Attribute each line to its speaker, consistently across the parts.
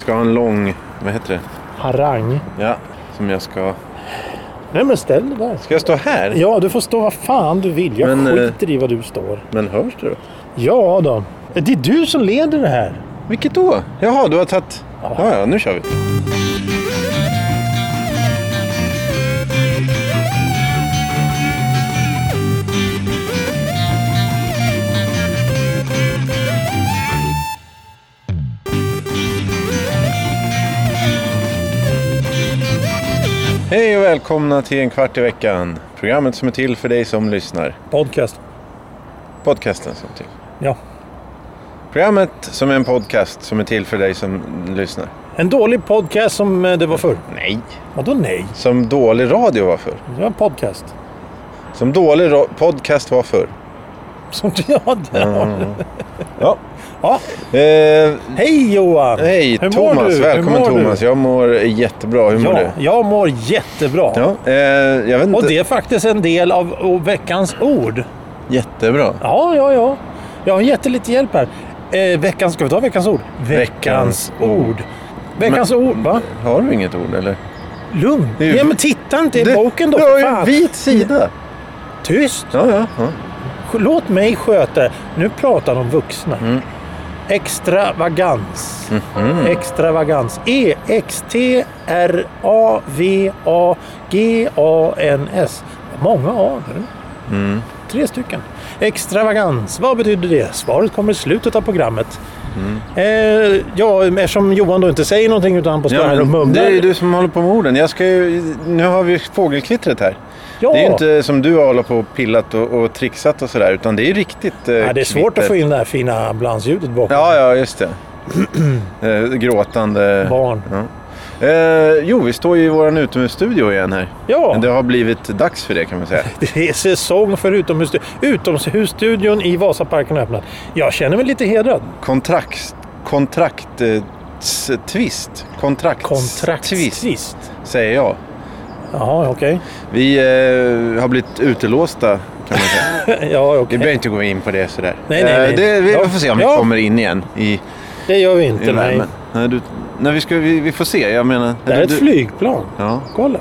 Speaker 1: ska ha en lång, vad heter det?
Speaker 2: Harang.
Speaker 1: Ja, som jag ska...
Speaker 2: Nej men ställ dig där.
Speaker 1: Ska jag stå här?
Speaker 2: Ja, du får stå vad fan du vill. Jag
Speaker 1: Men, eh,
Speaker 2: skiter i vad du står.
Speaker 1: Men hörs det då?
Speaker 2: Ja då. Eh, Det är du som leder det här.
Speaker 1: Vilket då? Jaha, du har tagit... Ja, ja, nu kör vi. Hej och välkomna till en kvart i veckan. Programmet som är till för dig som lyssnar.
Speaker 2: Podcast.
Speaker 1: Podcasten som är till.
Speaker 2: Ja.
Speaker 1: Programmet som är en podcast som är till för dig som lyssnar.
Speaker 2: En dålig podcast som eh, det var förr.
Speaker 1: Nej.
Speaker 2: Vadå nej?
Speaker 1: Som dålig radio var förr.
Speaker 2: Det var en podcast.
Speaker 1: Som dålig ra- podcast var förr.
Speaker 2: Som du hade.
Speaker 1: Ja.
Speaker 2: Ja.
Speaker 1: Eh,
Speaker 2: Hej Johan!
Speaker 1: hej
Speaker 2: Hur mår
Speaker 1: Thomas,
Speaker 2: du?
Speaker 1: välkommen
Speaker 2: Hur mår
Speaker 1: Thomas.
Speaker 2: Du?
Speaker 1: Jag mår jättebra. Hur mår
Speaker 2: Ja,
Speaker 1: du?
Speaker 2: jag mår jättebra.
Speaker 1: Ja, eh, jag vet inte.
Speaker 2: Och det är faktiskt en del av av veckans ord.
Speaker 1: Jättebra.
Speaker 2: Ja, ja, ja. Jag har gett dig lite hjälp här. Eh, veckans, ska vi ta veckans ord?
Speaker 1: Veckans ord.
Speaker 2: Veckans ord, va?
Speaker 1: Har du inget ord eller?
Speaker 2: Lugn.
Speaker 1: Det är ju-
Speaker 2: Nej, men titta inte i
Speaker 1: Du-
Speaker 2: boken då,
Speaker 1: Du har
Speaker 2: för
Speaker 1: ju
Speaker 2: fan.
Speaker 1: en vit sida.
Speaker 2: Tyst!
Speaker 1: Ja, ja. ja.
Speaker 2: Låt mig sköta det. Nu pratar de vuxna.
Speaker 1: Mm.
Speaker 2: Extravagans.
Speaker 1: Mhm.
Speaker 2: Extravagans. E E-X-T-R-A-V-A-G-A-N-S. Många A. Mm. Tre stycken. Extravagans. Vad betyder det? Svaret kommer i slutet av programmet.
Speaker 1: Mm.
Speaker 2: Eh, ja, eftersom Johan då inte säger någonting utan han bara står
Speaker 1: Ja,
Speaker 2: här och
Speaker 1: men det
Speaker 2: mumlar.
Speaker 1: är ju du som håller på med orden. Jag ska ju, nu har vi fågelkvittret här.
Speaker 2: Ja.
Speaker 1: Det är ju inte som du har hållit på och pillat och, och trixat och sådär, utan det är ju riktigt eh,
Speaker 2: ja, det är svårt
Speaker 1: kvitter.
Speaker 2: att få in det här fina ambulansljudet bakom.
Speaker 1: Ja, ja, just det. eh, gråtande...
Speaker 2: Barn.
Speaker 1: Ja. Eh, jo, vi står ju i vår utomhusstudio igen här.
Speaker 2: Ja.
Speaker 1: Det har blivit dags för det kan man säga.
Speaker 2: Det är säsong för utomhusstudion. Utomhusstudion i Vasaparken har öppnat. Jag känner mig lite hedrad.
Speaker 1: Kontrakt... Kontrakt... Eh, s- tvist. Kontrakts- tvist,
Speaker 2: Kontraktstvist.
Speaker 1: säger jag.
Speaker 2: Jaha, okej.
Speaker 1: Vi eh, har blivit utelåsta kan man säga.
Speaker 2: Ja,
Speaker 1: Vi
Speaker 2: okej.
Speaker 1: behöver inte gå in på det sådär.
Speaker 2: Nej, nej,
Speaker 1: Eh,
Speaker 2: nej.
Speaker 1: Det, vi
Speaker 2: Ja.
Speaker 1: får se om
Speaker 2: Ja.
Speaker 1: vi kommer in igen i, i
Speaker 2: Det gör vi inte, nej.
Speaker 1: värmen. Nej, du, nej vi, ska, vi, vi får se. Jag menar...
Speaker 2: Det här är
Speaker 1: du-
Speaker 2: ett flygplan.
Speaker 1: Ja.
Speaker 2: Kolla.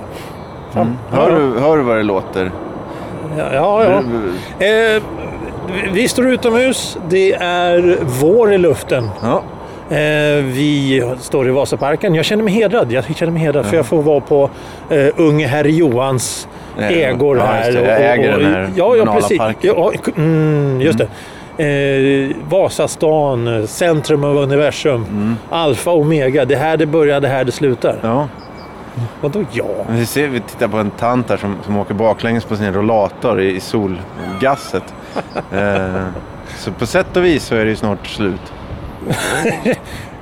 Speaker 2: Fan.
Speaker 1: Hör, du, hör du vad det låter?
Speaker 2: Ja, ja. ja. Eh, vi- vi står utomhus. Det är vår i luften.
Speaker 1: Ja.
Speaker 2: Eh, vi står i Vasaparken. Jag känner mig hedrad. Jag känner mig hedrad för jag får vara på eh, unge herr Johans
Speaker 1: Eh,
Speaker 2: ägor
Speaker 1: ja,
Speaker 2: här.
Speaker 1: just det. Jag äger den här
Speaker 2: ja, ja,
Speaker 1: kommunala
Speaker 2: precis.
Speaker 1: parken.
Speaker 2: Ja, k- mm, just det. Eh, Vasastan, eh, centrum av universum, alfa och omega. Det här det börjar, det här det slutar.
Speaker 1: Mm. ja.
Speaker 2: Vadå ja?
Speaker 1: Men Vi, ser, vi tittar på en tant här som, som åker baklänges på sin rollator i, i solgasset. eh, så på sätt och vis så är det ju snart slut.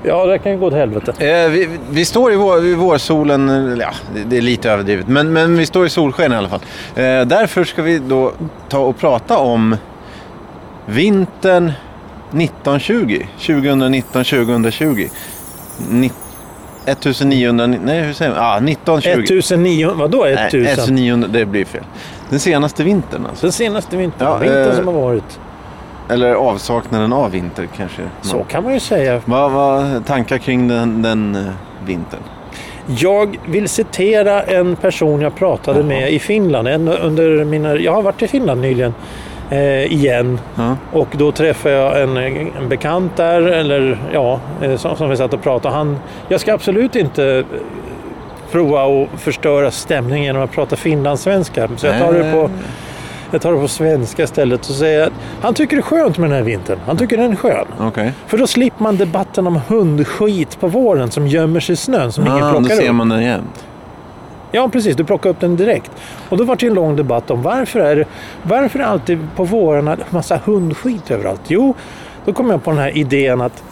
Speaker 2: Ja, det kan ju gå åt helvete.
Speaker 1: Eh, vi, vi står i, vår, i vårsolen, eller ja, det- det är lite överdrivet, men, men vi står i solsken i alla fall. Eh, därför ska vi då ta och prata om vintern 1920, 2019-2020. 1900, nej hur säger man? Ah, 1920.
Speaker 2: 1900, vadå 1000?
Speaker 1: Nej, 1900, det blir fel. Den senaste vintern alltså.
Speaker 2: Den senaste vintern,
Speaker 1: Ja,
Speaker 2: vintern
Speaker 1: eh,
Speaker 2: som har varit.
Speaker 1: Eller avsaknaden av vinter kanske. man-
Speaker 2: Så kan man ju säga.
Speaker 1: Vad var tankar kring den, den eh, vintern?
Speaker 2: Jag vill citera en person jag pratade med i Finland. En, under mina, jag har varit i Finland nyligen. Eh, igen.
Speaker 1: Ja.
Speaker 2: Och då träffade jag en, en bekant där, eller ja, eh, som, som vi satt och pratade. Han, jag ska absolut inte eh, prova att förstöra stämningen genom att prata finlandssvenska. Så jag tar det på, jag tar det på svenska istället och säger att han tycker det är skönt med den här vintern. Han tycker den är skön.
Speaker 1: Okej.
Speaker 2: För då slipper man debatten om hundskit på våren som gömmer sig i snön som ingen
Speaker 1: Ah, då
Speaker 2: plockar upp.
Speaker 1: ser man den jämt.
Speaker 2: Ja, precis. Du plockar upp den direkt. Och då var det en lång debatt om varför är det, varför är det alltid på vårarna en massa hundskit överallt? Jo, då kom jag på den här idén att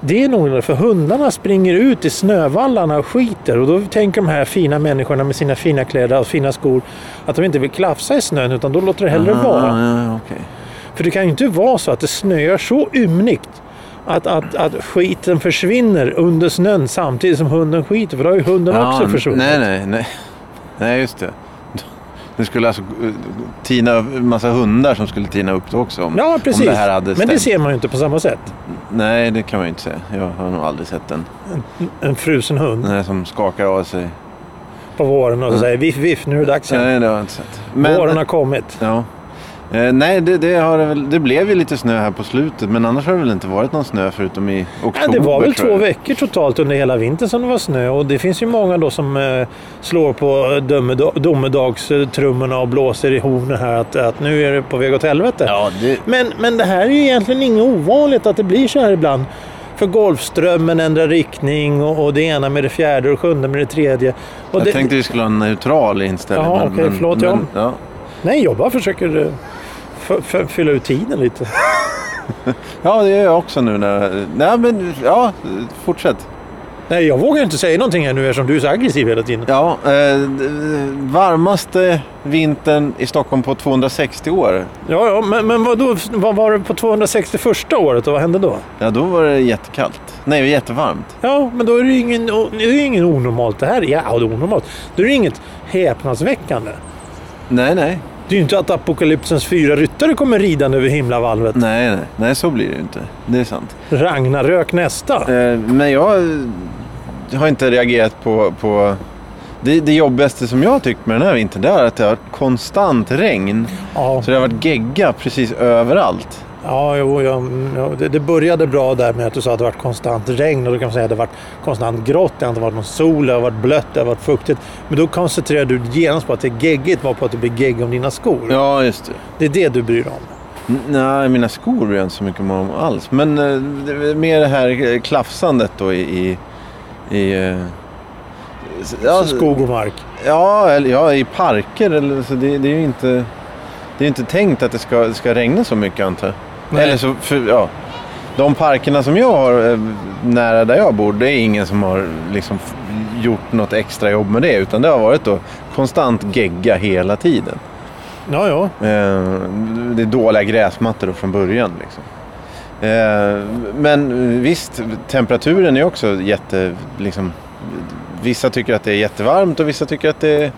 Speaker 2: det är nog för hundarna springer ut i snövallarna och skiter och då tänker de här fina människorna med sina fina kläder och fina skor att de inte vill klafsa i snön utan då låter det hellre vara.
Speaker 1: Ah, ja, ja, okej.
Speaker 2: För det kan ju inte vara så att det snöar så ymnigt att, att, att skiten försvinner under snön samtidigt som hunden skiter. För då har ju hunden
Speaker 1: Ja,
Speaker 2: också försvunnit.
Speaker 1: Nej, nej, nej. Nej, just det. Det skulle alltså eh, tina, massa hundar som skulle tina upp det också. Om,
Speaker 2: Ja,
Speaker 1: Om
Speaker 2: precis.
Speaker 1: det här hade
Speaker 2: Men det
Speaker 1: stämt.
Speaker 2: ser man ju inte på samma sätt.
Speaker 1: Nej, det kan man ju inte säga. Jag har nog aldrig sett en.
Speaker 2: En frusen hund
Speaker 1: Den här som skakar av sig.
Speaker 2: på våren och så säger viff, viff, nu är det dags igen.
Speaker 1: Mm. Nej, det har jag inte sett.
Speaker 2: Våren har kommit.
Speaker 1: Ja. Eh, nej, det, det, har det, väl, det blev ju lite snö här på slutet. Men annars har det väl inte varit någon snö förutom i oktober.
Speaker 2: Ja, det var väl
Speaker 1: tror
Speaker 2: två
Speaker 1: jag.
Speaker 2: veckor totalt under hela vintern som det var snö och det finns ju många då som eh, slår på eh, domeda- domedagstrummorna och blåser i hornen här att, att nu är det på väg åt helvete.
Speaker 1: Ja, det,
Speaker 2: Men, men det här är ju egentligen inget ovanligt att det blir så här ibland. För Golfströmmen ändrar riktning och, och det ena med det fjärde och sjunde med det tredje. Och
Speaker 1: jag
Speaker 2: det,
Speaker 1: tänkte vi skulle ha en neutral inställning.
Speaker 2: Jaha,
Speaker 1: men-
Speaker 2: okej,
Speaker 1: men-
Speaker 2: förlåt,
Speaker 1: men, ja.
Speaker 2: Nej, jag bara försöker eh, f- f- fylla ut tiden lite.
Speaker 1: ja, det gör jag också nu. När, nej, men ja, fortsätt.
Speaker 2: Nej, jag vågar inte säga någonting här nu eftersom du är så aggressiv hela tiden.
Speaker 1: Ja, eh, d- varmaste vintern i Stockholm på 260 år.
Speaker 2: Ja, ja men, men vad, då, vad var det på 261 året och vad hände då?
Speaker 1: Ja, då var det jättekallt. Nej, det var jättevarmt.
Speaker 2: Ja, men då är det ju ingen, det är ju ingen onormalt det här. Ja, det är onormalt. Då är det inget häpnadsväckande.
Speaker 1: Nej, nej.
Speaker 2: Det är ju inte att apokalypsens fyra ryttare kommer ridande över himlavalvet.
Speaker 1: Nej, nej. Nej, så blir det ju inte. Det är sant.
Speaker 2: Ragnarök nästa.
Speaker 1: Eh, men jag eh, har inte reagerat på... på det, det jobbigaste som jag har tyckt med den här vintern det är att det har varit konstant regn.
Speaker 2: Ja,
Speaker 1: Så det har varit gegga precis överallt.
Speaker 2: ja, jo, ja, mm, ja det, det började bra där med att du sa att det varit konstant regn och då kan man säga att det varit konstant grått, det har inte varit någon sol, det har varit blött, det har varit fuktigt. Men då koncentrerar du genast på att det är geggigt var på att det blir gegg om dina skor.
Speaker 1: Ja, just det.
Speaker 2: Det är det du bryr dig om.
Speaker 1: N- Nej, mina skor bryr jag inte så mycket om alls. Men eh, det- mer det här eh, klafsandet då i... i, i eh, s- ja,
Speaker 2: Skog och mark.
Speaker 1: ja, eller, ja, i parker. Eller, så det, det är ju inte, det är inte tänkt att det ska, det ska regna så mycket antar jag.
Speaker 2: Nej.
Speaker 1: Eller så, för, ja. De parkerna som jag har eh, nära där jag bor, det är ingen som har liksom, f- gjort något extra jobb med det. Utan det har varit då konstant gegga hela tiden.
Speaker 2: Ja, ja.
Speaker 1: Eh, Det är dåliga gräsmattor då från början. Liksom. Eh, Men visst, temperaturen är också jätte... Liksom, vissa tycker att det är jättevarmt och vissa tycker att det är...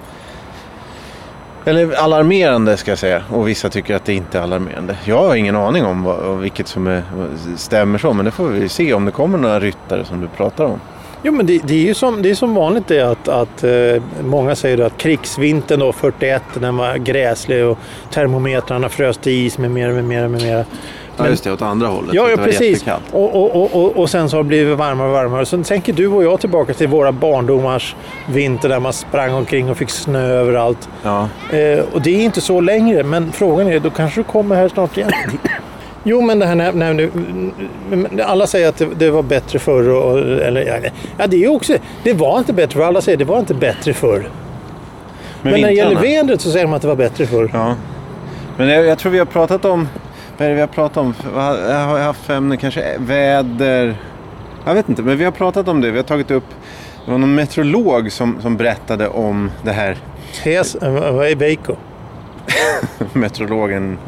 Speaker 1: Eller alarmerande ska jag säga. Och vissa tycker att det inte är alarmerande. Jag har ingen aning om vad, och vilket som är, vad stämmer så. Men det får vi se om det kommer några ryttare som du pratar om.
Speaker 2: Jo, men det, det är ju som, det är som vanligt det att, att eh, många säger att krigsvintern då, 41, den var gräslig och termometrarna frös till is med mera, med mera, med mera. Men-
Speaker 1: det, åt andra hållet.
Speaker 2: Ja, ja precis. Och, och, och, och, och sen så har det blivit varmare och varmare. Sen tänker du och jag tillbaka till våra barndomars vinter där man sprang omkring och fick snö överallt.
Speaker 1: Ja.
Speaker 2: Eh, och det är inte så längre, men frågan är, då kanske du kommer här snart igen. Jo, men det här när, när nu, men alla säger att det, det var bättre förr. Och, eller, ja, ja, det är ju också, det var inte bättre förr. Alla säger det var inte bättre förr. Men, när det gäller
Speaker 1: vintrarna?
Speaker 2: vädret så säger de att det var bättre förr.
Speaker 1: Ja. Men jag, jag tror vi har pratat om... Vad är det vi har pratat om? Vad- Jag har haft för ämne kanske väder... Jag vet inte, men vi har pratat om det. Vi har tagit upp... Det var någon meteorolog som, som berättade om det här.
Speaker 2: Tes, eh, vad är Veikko?
Speaker 1: Meteorologen...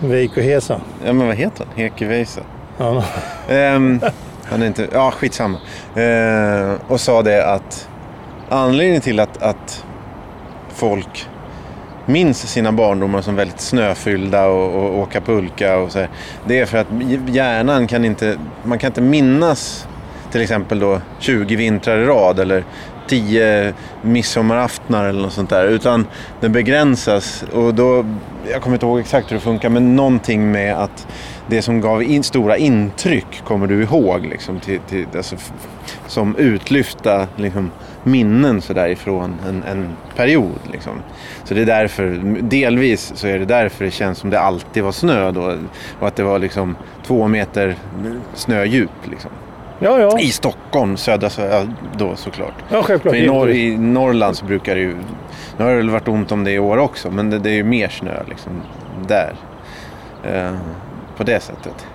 Speaker 2: Veikko Hesa.
Speaker 1: Ja, men vad heter han? Hekeveisa.
Speaker 2: Ja.
Speaker 1: Ehm, han är inte... Ja, skitsamma. Ehm, och sa det att anledningen till att, att folk minns sina barndomar som väldigt snöfyllda och, och åka pulka och så här, Det är för att hjärnan kan inte... Man kan inte minnas till exempel då 20 vintrar i rad eller 10 midsommaraftnar eller något sånt där. Utan den begränsas och då... Jag kommer inte ihåg exakt hur det funkar men någonting med att det som gav in, stora intryck kommer du ihåg liksom, till, till, alltså, f- som utlyfta liksom, minnen så där ifrån en, en period. Liksom. Så det är därför, delvis så är det därför det känns som det alltid var snö då och att det var liksom två meter snödjup. Liksom.
Speaker 2: ja, ja.
Speaker 1: I Stockholm, södra Sverige då såklart.
Speaker 2: Ja, självklart.
Speaker 1: För i, norr, I Norrland så brukar det ju, nu har det väl varit ont om det i år också, men det, det är ju mer snö liksom där. Eh, på det sättet.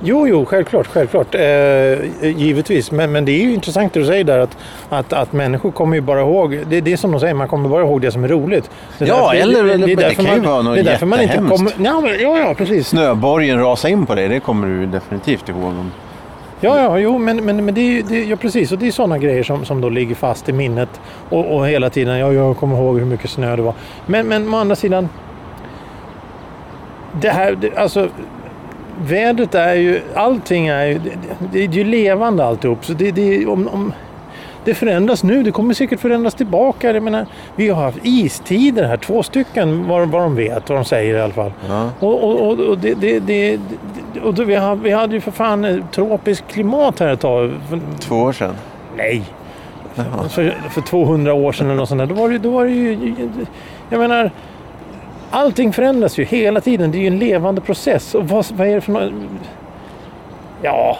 Speaker 2: Jo, jo, självklart, självklart. Eh, givetvis. Men, men det är ju intressant det du säger där att, att, att människor kommer ju bara ihåg, det, det är som de säger, man kommer bara ihåg det som är roligt. Det är
Speaker 1: Ja,
Speaker 2: därför-
Speaker 1: eller- eller- det
Speaker 2: därför
Speaker 1: kan ju vara något
Speaker 2: det är därför man inte
Speaker 1: jättehemskt.
Speaker 2: kommer, ja, men, ja, ja, precis.
Speaker 1: Snöborgen rasade in på dig, det kommer du ju definitivt ihåg. Om.
Speaker 2: Ja, ja, jo, men, men, men det är ju det, ja, precis. Och det är sådana grejer som, som då ligger fast i minnet. Och, och hela tiden, ja, jag kommer ihåg hur mycket snö det var. Men, men å andra sidan, det här, det, alltså, vädret är ju, allting är ju, det, det, det är ju levande alltihop. Så det, det, om, om, det förändras nu, det kommer säkert förändras tillbaka. Jag menar, vi har haft istider här, två stycken, vad, vad de vet, vad de säger i alla fall.
Speaker 1: Ja.
Speaker 2: Och, och, och, och, det, det, det, det- och då, vi, hade, vi hade ju för fan ett tropiskt klimat här ett tag. För,
Speaker 1: Två år sedan.
Speaker 2: nej! För, för 200 år sedan eller något sånt där. Då var, det, då var det ju... Jag menar, allting förändras ju hela tiden. Det är ju en levande process. Och vad, vad är det för något? Ja...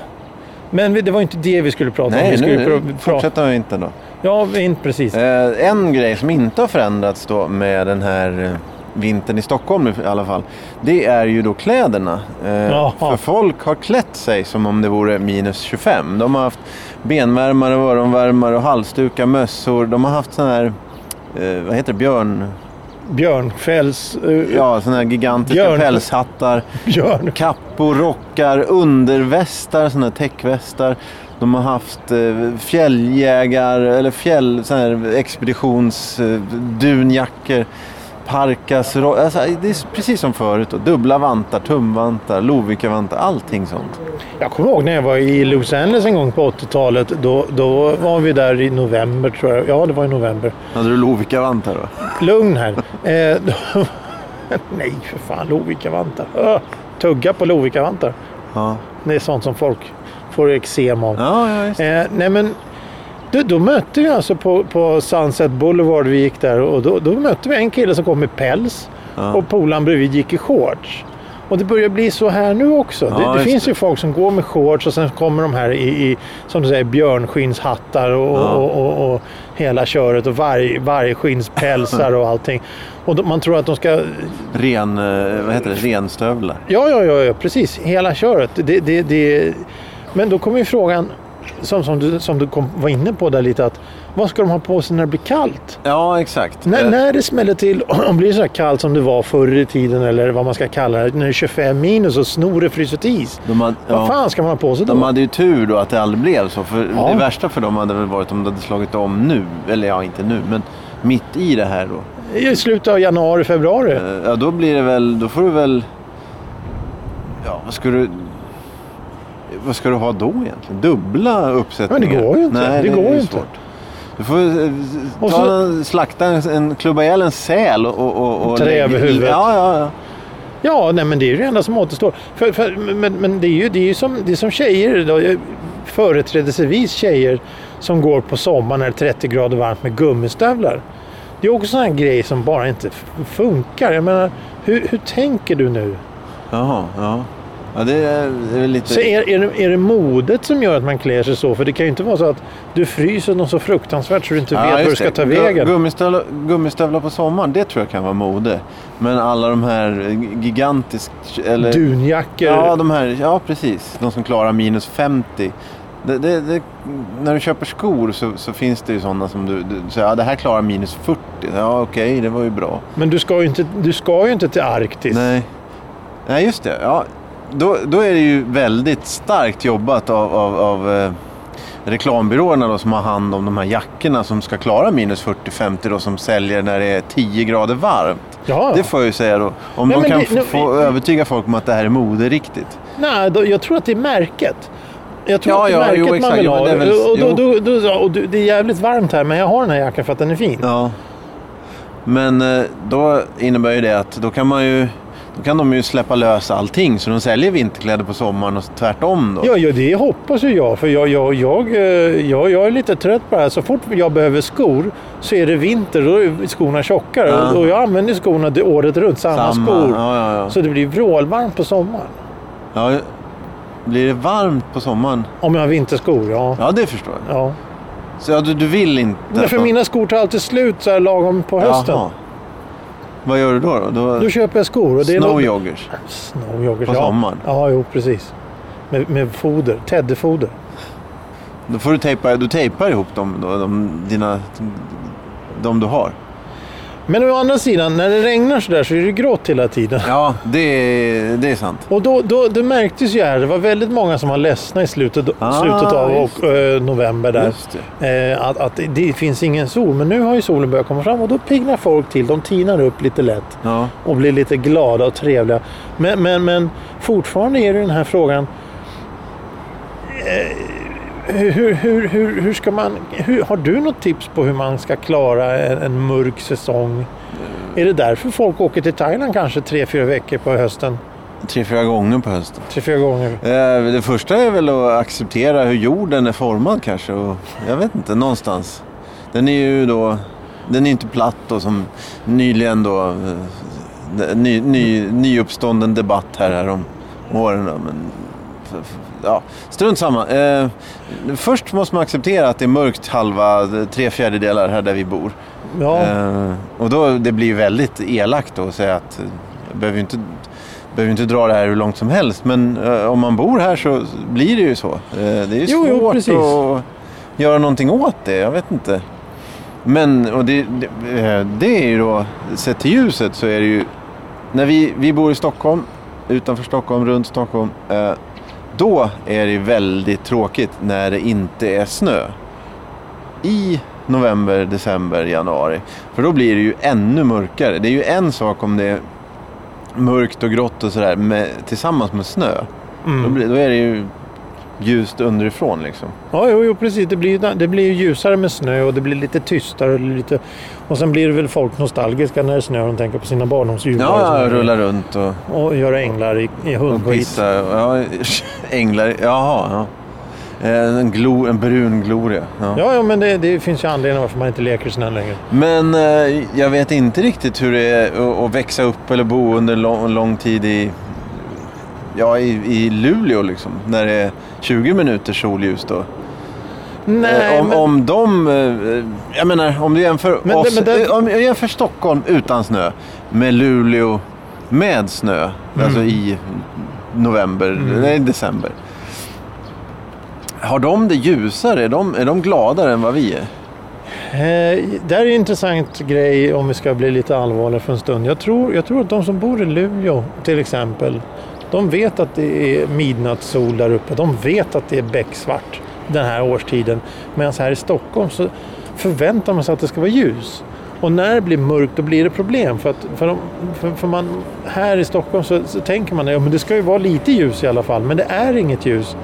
Speaker 2: Men vi- det var ju inte det vi skulle prata om.
Speaker 1: Nej,
Speaker 2: Vi skulle
Speaker 1: nu
Speaker 2: pra- prata...
Speaker 1: fortsätter vi inte då.
Speaker 2: Ja, vi- inte precis.
Speaker 1: Eh, en grej som inte har förändrats då med den här eh, vintern i Stockholm i alla fall. Det är ju då kläderna. Eh,
Speaker 2: Jaha.
Speaker 1: för folk har klätt sig som om det vore minus 25. De har haft benvärmare, och öronvärmare och halsdukar, mössor. De har haft sådana här, eh, vad heter det, björn...
Speaker 2: Björnfälls... eh,
Speaker 1: Ja, sådana här gigantiska
Speaker 2: Björn.
Speaker 1: pälshattar.
Speaker 2: Björn.
Speaker 1: Kappor, rockar, undervästar, sådana här täckvästar. De har haft eh, fjälljägar eller fjäll, såna här expeditions, eh, dunjackor, parkas. ro- Alltså, det är precis som förut. Då. Dubbla vantar, tumvantar, Lovikkavantar, allting sånt.
Speaker 2: Jag kommer ihåg när jag var i Los Angeles en gång på 80-talet. Då, då var vi där i november tror jag. Ja, det var i november.
Speaker 1: Hade du Lovikkavantar då?
Speaker 2: Lugn här. Eh, då, nej, för fan. Lovikkavantar. Öh, tugga på Lovikkavantar.
Speaker 1: Ja,
Speaker 2: Det är sånt som folk får eksem av.
Speaker 1: ja, ja just det.
Speaker 2: Eh, nej, men då, då mötte vi alltså på, på Sunset Boulevard. Vi gick där och då, då mötte vi en kille som kom med päls.
Speaker 1: Ja.
Speaker 2: Och polaren bredvid gick i shorts. Och det börjar bli så här nu också.
Speaker 1: Ja,
Speaker 2: det det
Speaker 1: just
Speaker 2: finns
Speaker 1: det.
Speaker 2: ju folk som går med shorts och sen kommer de här i, i som du säger, björnskinnshattar och,
Speaker 1: Ja.
Speaker 2: och, och, och hela köret och varg, vargskinnspälsar och allting. Och de, man tror att de ska...
Speaker 1: Ren, eh, vad heter det? Renstövlar.
Speaker 2: Ja, ja, ja, ja precis. Hela köret. Det, det, det... Men då kommer ju frågan, som, som du, som du kom, var inne på där lite, att vad ska de ha på sig när det blir kallt?
Speaker 1: Ja, exakt.
Speaker 2: När,
Speaker 1: Eh,
Speaker 2: när det smäller till och blir så här kallt som det var förr i tiden eller vad man ska kalla det. När det är 25 minus och snoret fryser till is.
Speaker 1: De hade, ja.
Speaker 2: Vad fan ska man ha på sig då?
Speaker 1: De hade ju tur då att det aldrig blev så. För
Speaker 2: Ja.
Speaker 1: Det värsta för dem hade väl varit om det hade slagit om nu. Eller ja, inte nu, men mitt i det här då.
Speaker 2: I slutet av januari, februari.
Speaker 1: Eh, Ja, då blir det väl... Då får du väl... Ja, vad ska du... Vad ska du ha då egentligen? Dubbla uppsättningar?
Speaker 2: Men det går ju inte.
Speaker 1: Nej,
Speaker 2: Det
Speaker 1: är
Speaker 2: går ju
Speaker 1: ju
Speaker 2: inte.
Speaker 1: Svårt. Du får eh, ta
Speaker 2: Och så-
Speaker 1: en, slakta en, en, klubba ihjäl en säl och... och, och, och
Speaker 2: Trä
Speaker 1: lägga-
Speaker 2: över huvudet.
Speaker 1: Ja, ja, ja.
Speaker 2: Ja, nej, men det är ju det enda som återstår. För, för, men men det, är ju, det är ju som, det är som tjejer då, Jag- företrädesvis tjejer som går på sommaren när det är 30 grader varmt med gummistövlar. Det är också en sån här grej som bara inte f- funkar. Jag menar, hur, hur tänker du nu?
Speaker 1: Jaha, ja. Ja, det är, det är lite...
Speaker 2: Så är, är, det, är det modet som gör att man klär sig så? För det kan ju inte vara så att du fryser något så fruktansvärt så du inte vet var du
Speaker 1: just
Speaker 2: ska
Speaker 1: det.
Speaker 2: ta
Speaker 1: Gu-
Speaker 2: vägen.
Speaker 1: Gummistövlar, gummistövlar på sommaren, det tror jag kan vara mode. Men alla de här eh, gigantiskt... Eller,
Speaker 2: Dunjackor.
Speaker 1: ja, de här, ja, precis. De som klarar minus 50. Det, det, det, när du köper skor så, så finns det ju sådana som du, du säger, ja det här klarar minus 40. Ja, okej, det var ju bra.
Speaker 2: Men du ska, ju inte, du ska ju inte till Arktis.
Speaker 1: Nej, Nej just det. Ja, då, då är det ju väldigt starkt jobbat av, av, av eh, reklambyråerna då, som har hand om de här jackorna som ska klara minus 40-50 då, som säljer när det är 10 grader varmt.
Speaker 2: Ja,
Speaker 1: Det får jag ju säga då. Om
Speaker 2: Nej,
Speaker 1: de
Speaker 2: men
Speaker 1: kan
Speaker 2: det-
Speaker 1: få,
Speaker 2: nu-
Speaker 1: få övertyga folk om att det här är mode riktigt.
Speaker 2: Nej, då, jag tror att det är märket. Jag tror
Speaker 1: Ja,
Speaker 2: att det är
Speaker 1: ja,
Speaker 2: märket
Speaker 1: jo,
Speaker 2: man
Speaker 1: exakt.
Speaker 2: vill
Speaker 1: Ja,
Speaker 2: ha.
Speaker 1: det är väl-
Speaker 2: och då,
Speaker 1: jo.
Speaker 2: då, då, då, och du, det är jävligt varmt här, men jag har den här jackan för att den är fin.
Speaker 1: Ja. Men eh, då innebär ju det att då kan man ju då kan de ju släppa lös allting så de säljer vinterkläder på sommaren och tvärtom då.
Speaker 2: Ja, ja, det hoppas ju jag. För jag, jag, jag, eh, jag, jag är lite trött på det här. Så fort jag behöver skor så är det vinter. Då är skorna tjockare.
Speaker 1: Ja.
Speaker 2: Och jag använder skorna det- året runt. Samma,
Speaker 1: Samma.
Speaker 2: skor.
Speaker 1: Ja, ja, ja.
Speaker 2: Så det blir vrålvarmt på sommaren.
Speaker 1: Ja, blir det varmt på sommaren?
Speaker 2: Om jag har vinterskor, ja.
Speaker 1: Ja, det förstår jag.
Speaker 2: ja.
Speaker 1: Så ja, du, du vill inte?
Speaker 2: Men
Speaker 1: att
Speaker 2: för
Speaker 1: de-
Speaker 2: mina skor tar alltid slut så här lagom på hösten.
Speaker 1: Jaha. Vad gör du då? då? då
Speaker 2: Då köper jag skor. Och det är nog-
Speaker 1: Snowjoggers?
Speaker 2: Snowjoggers,
Speaker 1: På
Speaker 2: ja.
Speaker 1: sommaren.
Speaker 2: Ja, jo, precis. Med, med foder. Teddyfoder.
Speaker 1: Då får du tejpa, du tejpar ihop dem då, de, dina, de du har?
Speaker 2: Men å andra sidan, när det regnar sådär så är det grått hela tiden.
Speaker 1: Ja, det, är- det är sant.
Speaker 2: Och då, då, det märktes ju här, det var väldigt många som var ledsna i slutet,
Speaker 1: Ah,
Speaker 2: slutet av
Speaker 1: just
Speaker 2: och, eh, november där.
Speaker 1: Just det.
Speaker 2: Eh, att, att det finns ingen sol, men nu har ju solen börjat komma fram och då pignar folk till. De tinar upp lite lätt
Speaker 1: Ja.
Speaker 2: och blir lite glada och trevliga. Men, men, men fortfarande är det den här frågan. Eh, hur, hur, hur, hur ska man, hur, har du något tips på hur man ska klara en, en mörk säsong?
Speaker 1: Eh.
Speaker 2: Är det därför folk åker till Thailand kanske tre, fyra veckor på hösten?
Speaker 1: Tre, fyra gånger på hösten.
Speaker 2: Tre, fyra gånger?
Speaker 1: Eh, Det första är väl att acceptera hur jorden är formad kanske. Och jag vet inte, någonstans. Den är ju då... Den är inte platt och som nyligen då... eh, Ny, ny, nyuppstånden debatt här, här om åren. då, Men, f- f- ja, strunt samma. Eh, Först måste man acceptera att det är mörkt halva, eh, tre fjärdedelar här där vi bor.
Speaker 2: Ja,
Speaker 1: Eh, och då, det blir ju väldigt elakt då att säga att eh, jag behöver ju inte, behöver ju inte dra det här hur långt som helst. Men eh, om man bor här så blir det ju så. Eh, det är ju
Speaker 2: Jo, jo,
Speaker 1: svårt
Speaker 2: precis.
Speaker 1: att göra någonting åt det. Jag vet inte. Men och det, det, eh, det är ju då, sett till ljuset så är det ju, när vi, vi bor i Stockholm, utanför Stockholm, runt Stockholm. Eh, då är det väldigt tråkigt när det inte är snö. I november, december, januari. För då blir det ju ännu mörkare. Det är ju en sak om det är mörkt och grått och sådär med- tillsammans med snö. Då,
Speaker 2: mm.
Speaker 1: blir, då är det ju ljust underifrån liksom.
Speaker 2: ja jo, jo, precis. Det blir, det blir ju ljusare med snö och det blir lite tystare. Och, lite, och sen blir det väl folk nostalgiska när det snöar och tänker på sina barndomsjular. och
Speaker 1: Ja,
Speaker 2: sånt
Speaker 1: ja
Speaker 2: där.
Speaker 1: rulla runt och,
Speaker 2: Och göra änglar i, i
Speaker 1: och
Speaker 2: hundskit.
Speaker 1: pissa. och- Ja, änglar. Jaha, ja. Eh, En, glo, en brun gloria. Ja.
Speaker 2: Ja, ja, men det, det finns ju anledningar varför man inte leker i snön längre.
Speaker 1: Men eh, jag vet inte riktigt hur det är att- att växa upp eller bo under lång, lång tid i, ja, i, i Luleå liksom. När det är 20 minuter solljus då.
Speaker 2: Nej,
Speaker 1: Eh, om,
Speaker 2: men,
Speaker 1: om de... eh, Jag menar, om du jämför
Speaker 2: Men det-
Speaker 1: oss...
Speaker 2: men det-
Speaker 1: eh, Om jag jämför Stockholm utan snö med Luleå med snö. Alltså
Speaker 2: Mm.
Speaker 1: i november, nej december. Har de det ljusare? Är de, är de gladare än vad vi är?
Speaker 2: eh, där är en intressant grej om vi ska bli lite allvarliga för en stund. Jag tror, jag tror att de som bor i Luleå till exempel, de vet att det är midnattssol där uppe. De vet att det är becksvart den här årstiden. Medan här i Stockholm så förväntar man sig att det ska vara ljus. Och när det blir mörkt då blir det problem. För, att, för, de, för, för man, här i Stockholm så, så tänker man att ja, men det ska ju vara lite ljus i alla fall. Men det är inget ljus.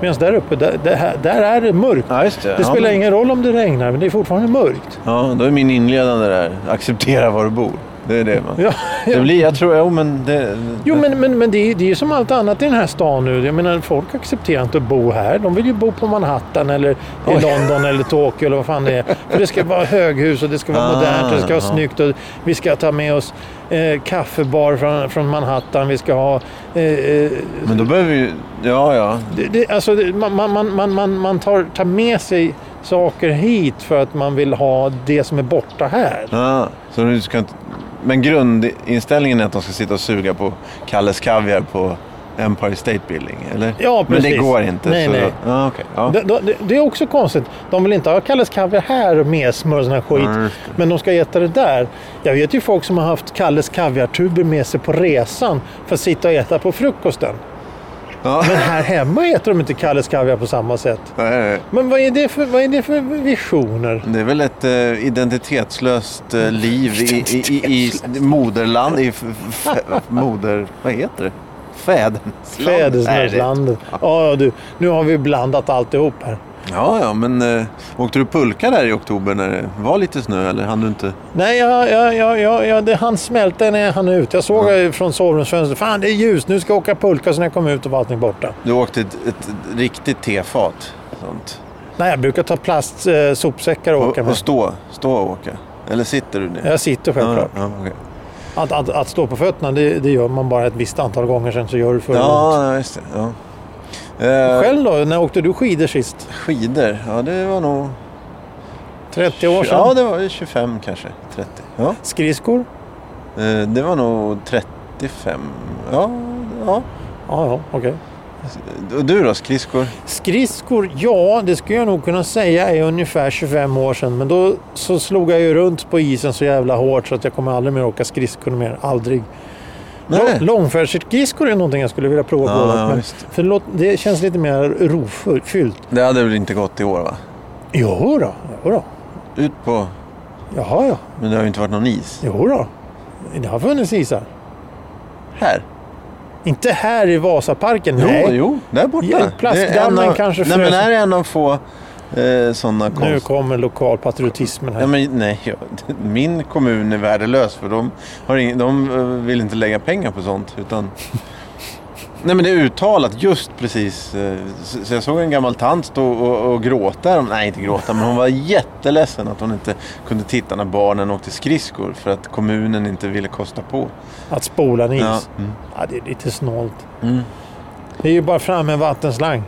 Speaker 2: Medan där uppe, där, där, där är det mörkt.
Speaker 1: Ja, just det.
Speaker 2: Det spelar ingen roll om det regnar, men det är fortfarande mörkt.
Speaker 1: Ja, då är min inledande där. Acceptera var du bor. Det är det man...
Speaker 2: Ja,
Speaker 1: Det blir, jag tror, jo men det...
Speaker 2: Jo, men, men, men det, är, det är ju som allt annat i den här stan nu. Jag menar, folk accepterar inte att bo här. De vill ju bo på Manhattan eller i
Speaker 1: Oj.
Speaker 2: London eller Tokyo eller vad fan det är. För det ska vara höghus och det ska vara
Speaker 1: Ah,
Speaker 2: modernt och det ska vara
Speaker 1: ja.
Speaker 2: snyggt. Och vi ska ta med oss eh, kaffebar från, från Manhattan. Vi ska ha... Eh, eh,
Speaker 1: Men då behöver vi ju... Ja, ja.
Speaker 2: det, det, alltså, det, man, man- man, man, man, man tar, tar med sig saker hit för att man vill ha det som är borta här.
Speaker 1: Ah, så du ska inte... Men grundinställningen är att de ska sitta och suga på Kalles Kaviar på Empire State Building, eller?
Speaker 2: Ja,
Speaker 1: Men det
Speaker 2: precis.
Speaker 1: går inte.
Speaker 2: Nej,
Speaker 1: så...
Speaker 2: nej.
Speaker 1: Ah, okej. ja.
Speaker 2: Det, det, det är också konstigt. De vill inte ha Kalles kaviar här och med smör och sån här skit.
Speaker 1: Ja, just det.
Speaker 2: Men de ska äta det där. Jag vet ju folk som har haft Kalles kaviartuber med sig på resan för att sitta och äta på frukosten.
Speaker 1: Ja.
Speaker 2: Men här hemma äter de inte Kalles kaviar på samma sätt.
Speaker 1: Nej, nej.
Speaker 2: Men vad är det för, vad är det för visioner?
Speaker 1: Det är väl ett eh, identitetslöst eh, liv i, i, i, i moderland, i f- f- moder... Vad heter det? Fädernesland? Nej, det-
Speaker 2: Fäderneslandet. Ja, du. Nu har vi blandat alltihop här.
Speaker 1: Ja, ja, men eh, åkte du pulka där i oktober när det var lite snö eller hann du inte?
Speaker 2: Nej, jag, jag, jag, jag, jag, det, han smälte när jag hann ut. Jag såg eh, från sovrumsfönstret. Fan, det är ljust. Nu ska jag åka pulka. Så när jag kom ut och var allting borta.
Speaker 1: Du åkte ett, ett riktigt tefat. Sånt.
Speaker 2: Nej, jag brukar ta plastsopsäckar eh, sopsäckar och
Speaker 1: Och,
Speaker 2: åka med.
Speaker 1: och stå, stå och åka. Eller sitter du ner?
Speaker 2: Jag sitter självklart.
Speaker 1: Ja, ja, okej.
Speaker 2: Att, att, att stå på fötterna, det, det gör man bara ett visst antal gånger, sen så gör du för
Speaker 1: ja,
Speaker 2: ja.
Speaker 1: ja, just det. Ja. Eh,
Speaker 2: Själv då? När åkte du skidor sist?
Speaker 1: Skidor, ja det var nog...
Speaker 2: 30 år sedan?
Speaker 1: Ja, det var ju 25 kanske. 30. Ja.
Speaker 2: Skridskor?
Speaker 1: Eh, det var nog 35. Ja, ja.
Speaker 2: Ja, ja, okej.
Speaker 1: Och du då, skridskor?
Speaker 2: Skridskor, ja det skulle jag nog kunna säga är ungefär 25 år sedan. Men då så slog jag ju runt på isen så jävla hårt så att jag kommer aldrig mer åka skridskor mer. Aldrig.
Speaker 1: Nej.
Speaker 2: Lång- Långfärdsskridskor är någonting jag skulle vilja prova
Speaker 1: Ja,
Speaker 2: på.
Speaker 1: ja,
Speaker 2: men
Speaker 1: visst.
Speaker 2: för låt- det känns lite mer rofyllt.
Speaker 1: Det hade väl inte gått i år va?
Speaker 2: Jo då, jo då.
Speaker 1: Ut på...
Speaker 2: Jaha, ja.
Speaker 1: Men det har ju inte varit någon is.
Speaker 2: Jo då. Det har funnits isar.
Speaker 1: Här?
Speaker 2: Inte här i Vasaparken,
Speaker 1: Jo,
Speaker 2: nej.
Speaker 1: jo. Där borta.
Speaker 2: Ja, plastdammen
Speaker 1: Det är en av,
Speaker 2: kanske
Speaker 1: Nej, men
Speaker 2: frös.
Speaker 1: här är en av få eh, sådana konst...
Speaker 2: Nu kommer lokalpatriotismen här.
Speaker 1: Ja, men, nej, jag, min kommun är värdelös för de, har ing, de eh, vill inte lägga pengar på sånt. Utan, nej, men det är uttalat just precis. eh, Så så jag såg en gammal tant stå och, och gråta. Nej, inte gråta, men hon var jätteledsen att hon inte kunde titta när barnen åkte skridskor för att kommunen inte ville kosta på.
Speaker 2: Att spola en is.
Speaker 1: Ja,
Speaker 2: Ja.
Speaker 1: mm.
Speaker 2: det är lite snålt.
Speaker 1: Mm.
Speaker 2: Det är ju bara fram med en vattenslang.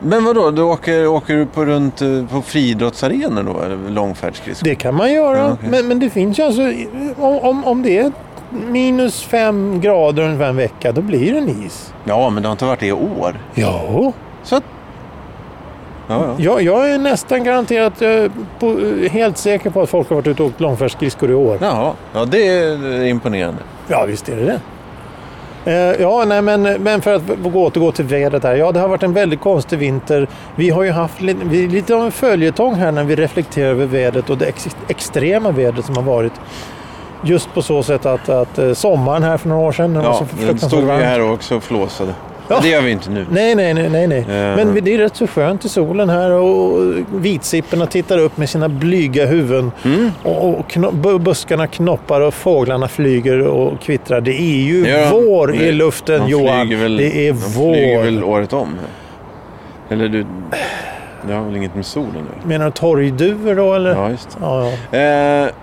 Speaker 1: Men vadå, du åker, åker du på runt eh, på friidrottsarenor då? Eller långfärdsskridskor?
Speaker 2: Det kan man göra,
Speaker 1: Ja, okej.
Speaker 2: men, men det finns ju alltså... Om, om, om det är minus fem grader ungefär en vecka, då blir det en is.
Speaker 1: Ja, men det har inte varit det i år.
Speaker 2: Ja,
Speaker 1: Så att... Ja, ja.
Speaker 2: jag, jag är nästan garanterat eh, på, eh, helt säker på att folk har varit ute och åkt långfärdsskridskor i år.
Speaker 1: Jaha, ja det är eh, imponerande.
Speaker 2: Ja, visst är det det. Eh, Ja, nej, men, men för att gå- återgå till vädret här. Ja, det har varit en väldigt konstig vinter. Vi har ju haft li- vi är lite av en följetong här när vi reflekterar över vädret och det ex extrema vädret som har varit. Just på så sätt att, att eh, sommaren här för några år sedan, när det var så
Speaker 1: Ja, den
Speaker 2: fruktansvärt
Speaker 1: stod ju
Speaker 2: varmt.
Speaker 1: här också och flåsade.
Speaker 2: Ja.
Speaker 1: Det gör vi inte nu.
Speaker 2: Nej, nej, nej, nej. nej.
Speaker 1: Eh.
Speaker 2: Men det är rätt så skönt i solen här och vitsipporna tittar upp med sina blyga huvuden.
Speaker 1: Mm.
Speaker 2: Och, och kno- bu- buskarna knoppar och fåglarna flyger och kvittrar. Det är ju
Speaker 1: Ja,
Speaker 2: vår
Speaker 1: nej,
Speaker 2: i luften
Speaker 1: de
Speaker 2: Johan.
Speaker 1: flyger väl-
Speaker 2: det är
Speaker 1: de flyger
Speaker 2: vår.
Speaker 1: väl året om? Eller du, det har väl inget med solen nu?
Speaker 2: Menar du torgduvor då eller?
Speaker 1: Ja, just det.
Speaker 2: ja, ja.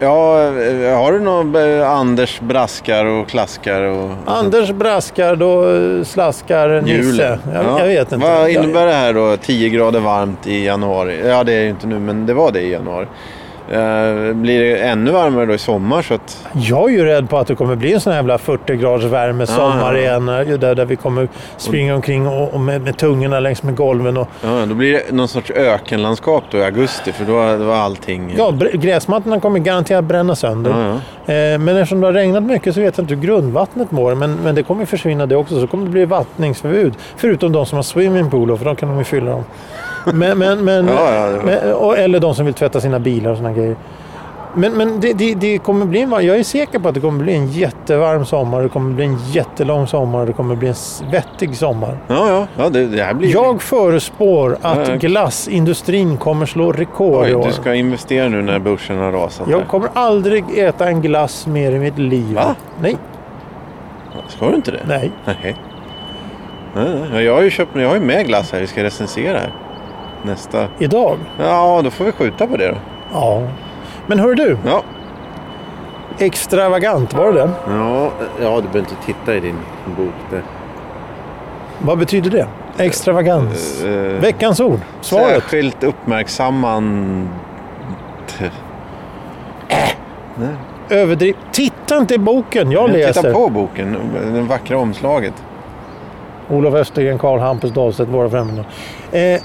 Speaker 1: Eh, ja, eh, har du någon eh, Anders braskar och klaskar? Och, alltså,
Speaker 2: Anders braskar, då eh, slaskar Nisse.
Speaker 1: Julen.
Speaker 2: Jag,
Speaker 1: Ja.
Speaker 2: jag vet inte.
Speaker 1: Vad innebär det här då? 10 grader varmt i januari. Ja, det är det ju inte nu, men det var det i januari. Eh, blir det ännu varmare då i sommar? Så att,
Speaker 2: Jag är ju rädd på att det kommer bli en sån här jävla 40 graders värme sommar
Speaker 1: ja.
Speaker 2: igen. eh, Där, där vi kommer springa omkring och, och med, med tungorna längs med golven. Och,
Speaker 1: Ja, då blir det någon sorts ökenlandskap då i augusti för då var allting...
Speaker 2: ja, br- gräsmattorna kommer garanterat bränna sönder.
Speaker 1: Ja, ja.
Speaker 2: Eh, Men eftersom det har regnat mycket så vet jag inte hur grundvattnet mår. Men, men det kommer ju försvinna det också. Så kommer det bli vattningsförbud. Förutom de som har swimmingpool, då, för de kan de ju fylla dem. Men, men, men,
Speaker 1: Ja, ja, det var-
Speaker 2: men, och, eller de som vill tvätta sina bilar och såna grejer. Men, men det, det, det kommer bli en, var- jag är säker på att det kommer bli en jättevarm sommar. Det kommer bli en jättelång sommar. Det kommer bli en svettig sommar.
Speaker 1: Ja, ja, ja det, det här blir...
Speaker 2: Jag förespår att
Speaker 1: Ja, ja.
Speaker 2: glassindustrin kommer slå rekord i
Speaker 1: Oj,
Speaker 2: år.
Speaker 1: du ska investera nu när börsen har rasat. här.
Speaker 2: Jag kommer aldrig äta en glass mer i mitt liv.
Speaker 1: Va?
Speaker 2: Nej,
Speaker 1: Ska du inte det?
Speaker 2: nej.
Speaker 1: Nej. Nej, nej. Ja, Jag har ju köpt, jag har ju med glass här, vi ska recensera här. Nästa...
Speaker 2: Idag?
Speaker 1: Ja, då får vi skjuta på det då.
Speaker 2: Ja. Men hör du,
Speaker 1: Ja,
Speaker 2: extravagant, var det det?
Speaker 1: ja, ja du behöver inte titta i din bok där.
Speaker 2: Vad betyder det? Extravagans.
Speaker 1: Eh,
Speaker 2: Veckans ord, svaret.
Speaker 1: Särskilt uppmärksamman...
Speaker 2: Överdriv. Titta inte i boken, jag
Speaker 1: Men
Speaker 2: läser.
Speaker 1: Titta på boken, det vackra omslaget.
Speaker 2: Olof Östergren, Karl Hampus Dahlstedt, våra främlingar. Eh,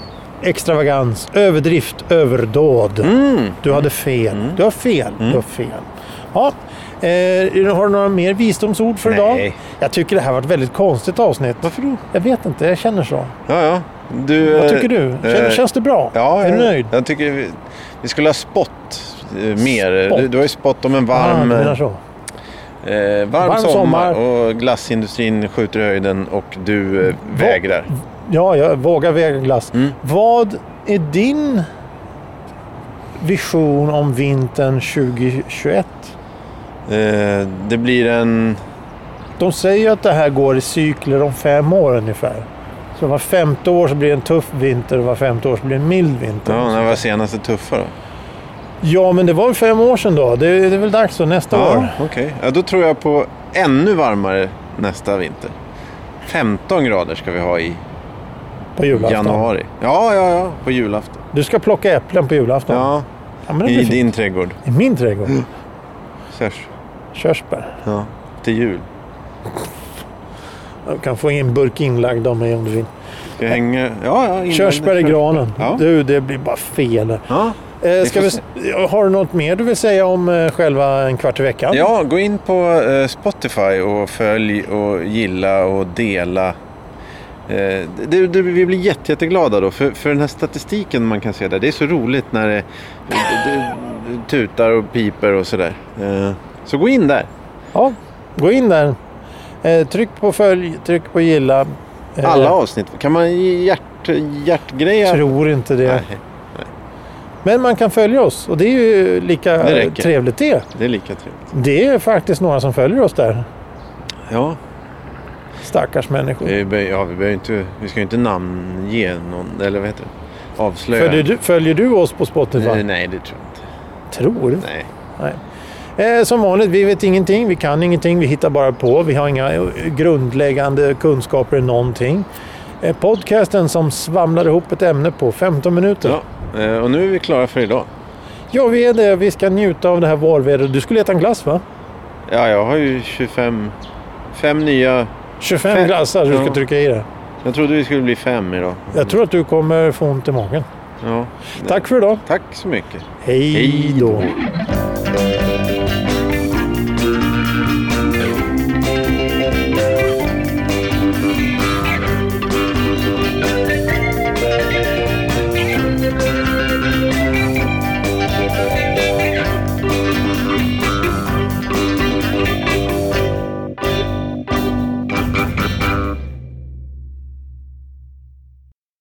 Speaker 2: extravagans, överdrift, överdåd.
Speaker 1: Mm.
Speaker 2: Du hade fel. Du har fel. Du har fel. Ja. Eh, har du några mer visdomsord för
Speaker 1: Nej.
Speaker 2: idag? Jag tycker det här var ett väldigt konstigt avsnitt.
Speaker 1: Varför då?
Speaker 2: Jag vet inte, jag känner så.
Speaker 1: Ja, ja. Du,
Speaker 2: Vad
Speaker 1: eh,
Speaker 2: tycker du? Känns,
Speaker 1: eh,
Speaker 2: känns det bra?
Speaker 1: ja,
Speaker 2: är du
Speaker 1: jag-
Speaker 2: nöjd?
Speaker 1: Jag tycker vi, vi skulle ha spott eh, mer.
Speaker 2: Spott?
Speaker 1: Du, du har ju spott om en
Speaker 2: Ah, du
Speaker 1: varm,
Speaker 2: menar så.
Speaker 1: eh, varm,
Speaker 2: Varm
Speaker 1: sommar,
Speaker 2: sommar.
Speaker 1: och glassindustrin skjuter i höjden och du eh, vägrar.
Speaker 2: Ja, jag vågar väga glass.
Speaker 1: Mm.
Speaker 2: Vad är din vision om vintern 2021?
Speaker 1: Eh, det blir en...
Speaker 2: De säger ju att det här går i cykler om fem år ungefär. Så var femte år så blir det en tuff vinter och var femte år så blir det en mild vinter.
Speaker 1: Ja, när var senaste tuffa då?
Speaker 2: Ja, men det var väl fem år sedan då. Det, det är väl dags då nästa år.
Speaker 1: Ja, okej. Ja, då tror jag på ännu varmare nästa vinter. 15 grader ska vi ha i
Speaker 2: På julafton.
Speaker 1: januari. Ja, ja, ja. På julafton.
Speaker 2: Du ska plocka äpplen på julafton.
Speaker 1: Ja,
Speaker 2: Ja, men det
Speaker 1: i
Speaker 2: blir fint.
Speaker 1: din trädgård.
Speaker 2: I min trädgård.
Speaker 1: Körs.
Speaker 2: Körsbär.
Speaker 1: Ja, till jul.
Speaker 2: kan få en burk inlagd av mig om du vill.
Speaker 1: Ska jag hänga? Ja, ja. innan-
Speaker 2: Körsbär i granen.
Speaker 1: Ja.
Speaker 2: Du, det blir bara fel. här.
Speaker 1: Ja.
Speaker 2: Eh,
Speaker 1: Vi
Speaker 2: ska
Speaker 1: får
Speaker 2: vi, har du något mer du vill säga om eh, själva en kvart i veckan?
Speaker 1: ja, gå in på eh, Spotify och följ och gilla och dela. Eh, det, det, vi blir jätte, jätteglada då, för, för den här statistiken man kan se där, det är så roligt när det, det, det, det tutar och piper och sådär. Eh, så gå in där.
Speaker 2: Ja, gå in där. Eh, tryck på följ, tryck på gilla. Eh,
Speaker 1: Alla avsnitt. Kan man hjärt, hjärtgreja?
Speaker 2: Tror inte det.
Speaker 1: Nej,
Speaker 2: Men man kan följa oss och det är ju lika
Speaker 1: Det
Speaker 2: eh,
Speaker 1: räcker.
Speaker 2: trevligt det.
Speaker 1: det är lika trevligt.
Speaker 2: Det är faktiskt några som följer oss där.
Speaker 1: Ja,
Speaker 2: Stackars människor.
Speaker 1: vi, be- ja, vi, behöver inte, vi ska ju inte namnge någon, eller vad heter det? Avslöja.
Speaker 2: Följer du, följer du oss på Spotify?
Speaker 1: Nej, nej, det tror jag inte.
Speaker 2: Tror?
Speaker 1: Nej.
Speaker 2: Nej. Eh, som vanligt, vi vet ingenting, vi kan ingenting, vi hittar bara på. Vi har inga eh, grundläggande kunskaper i någonting. Eh, podcasten som svamlar ihop ett ämne på 15 minuter. Ja.
Speaker 1: Ja, eh, och nu är vi klara för idag.
Speaker 2: vi är det. Vi ska njuta av det här vårvädret. Du skulle äta en glass va?
Speaker 1: Ja, jag har ju 25... Fem nya...
Speaker 2: 25
Speaker 1: Fem.
Speaker 2: glassar du ska
Speaker 1: Ja.
Speaker 2: trycka i det.
Speaker 1: Jag trodde vi skulle bli fem idag.
Speaker 2: Jag tror att du kommer få ont i magen.
Speaker 1: Ja.
Speaker 2: Tack för idag.
Speaker 1: Tack så mycket.
Speaker 2: Hej då.
Speaker 1: Hej då.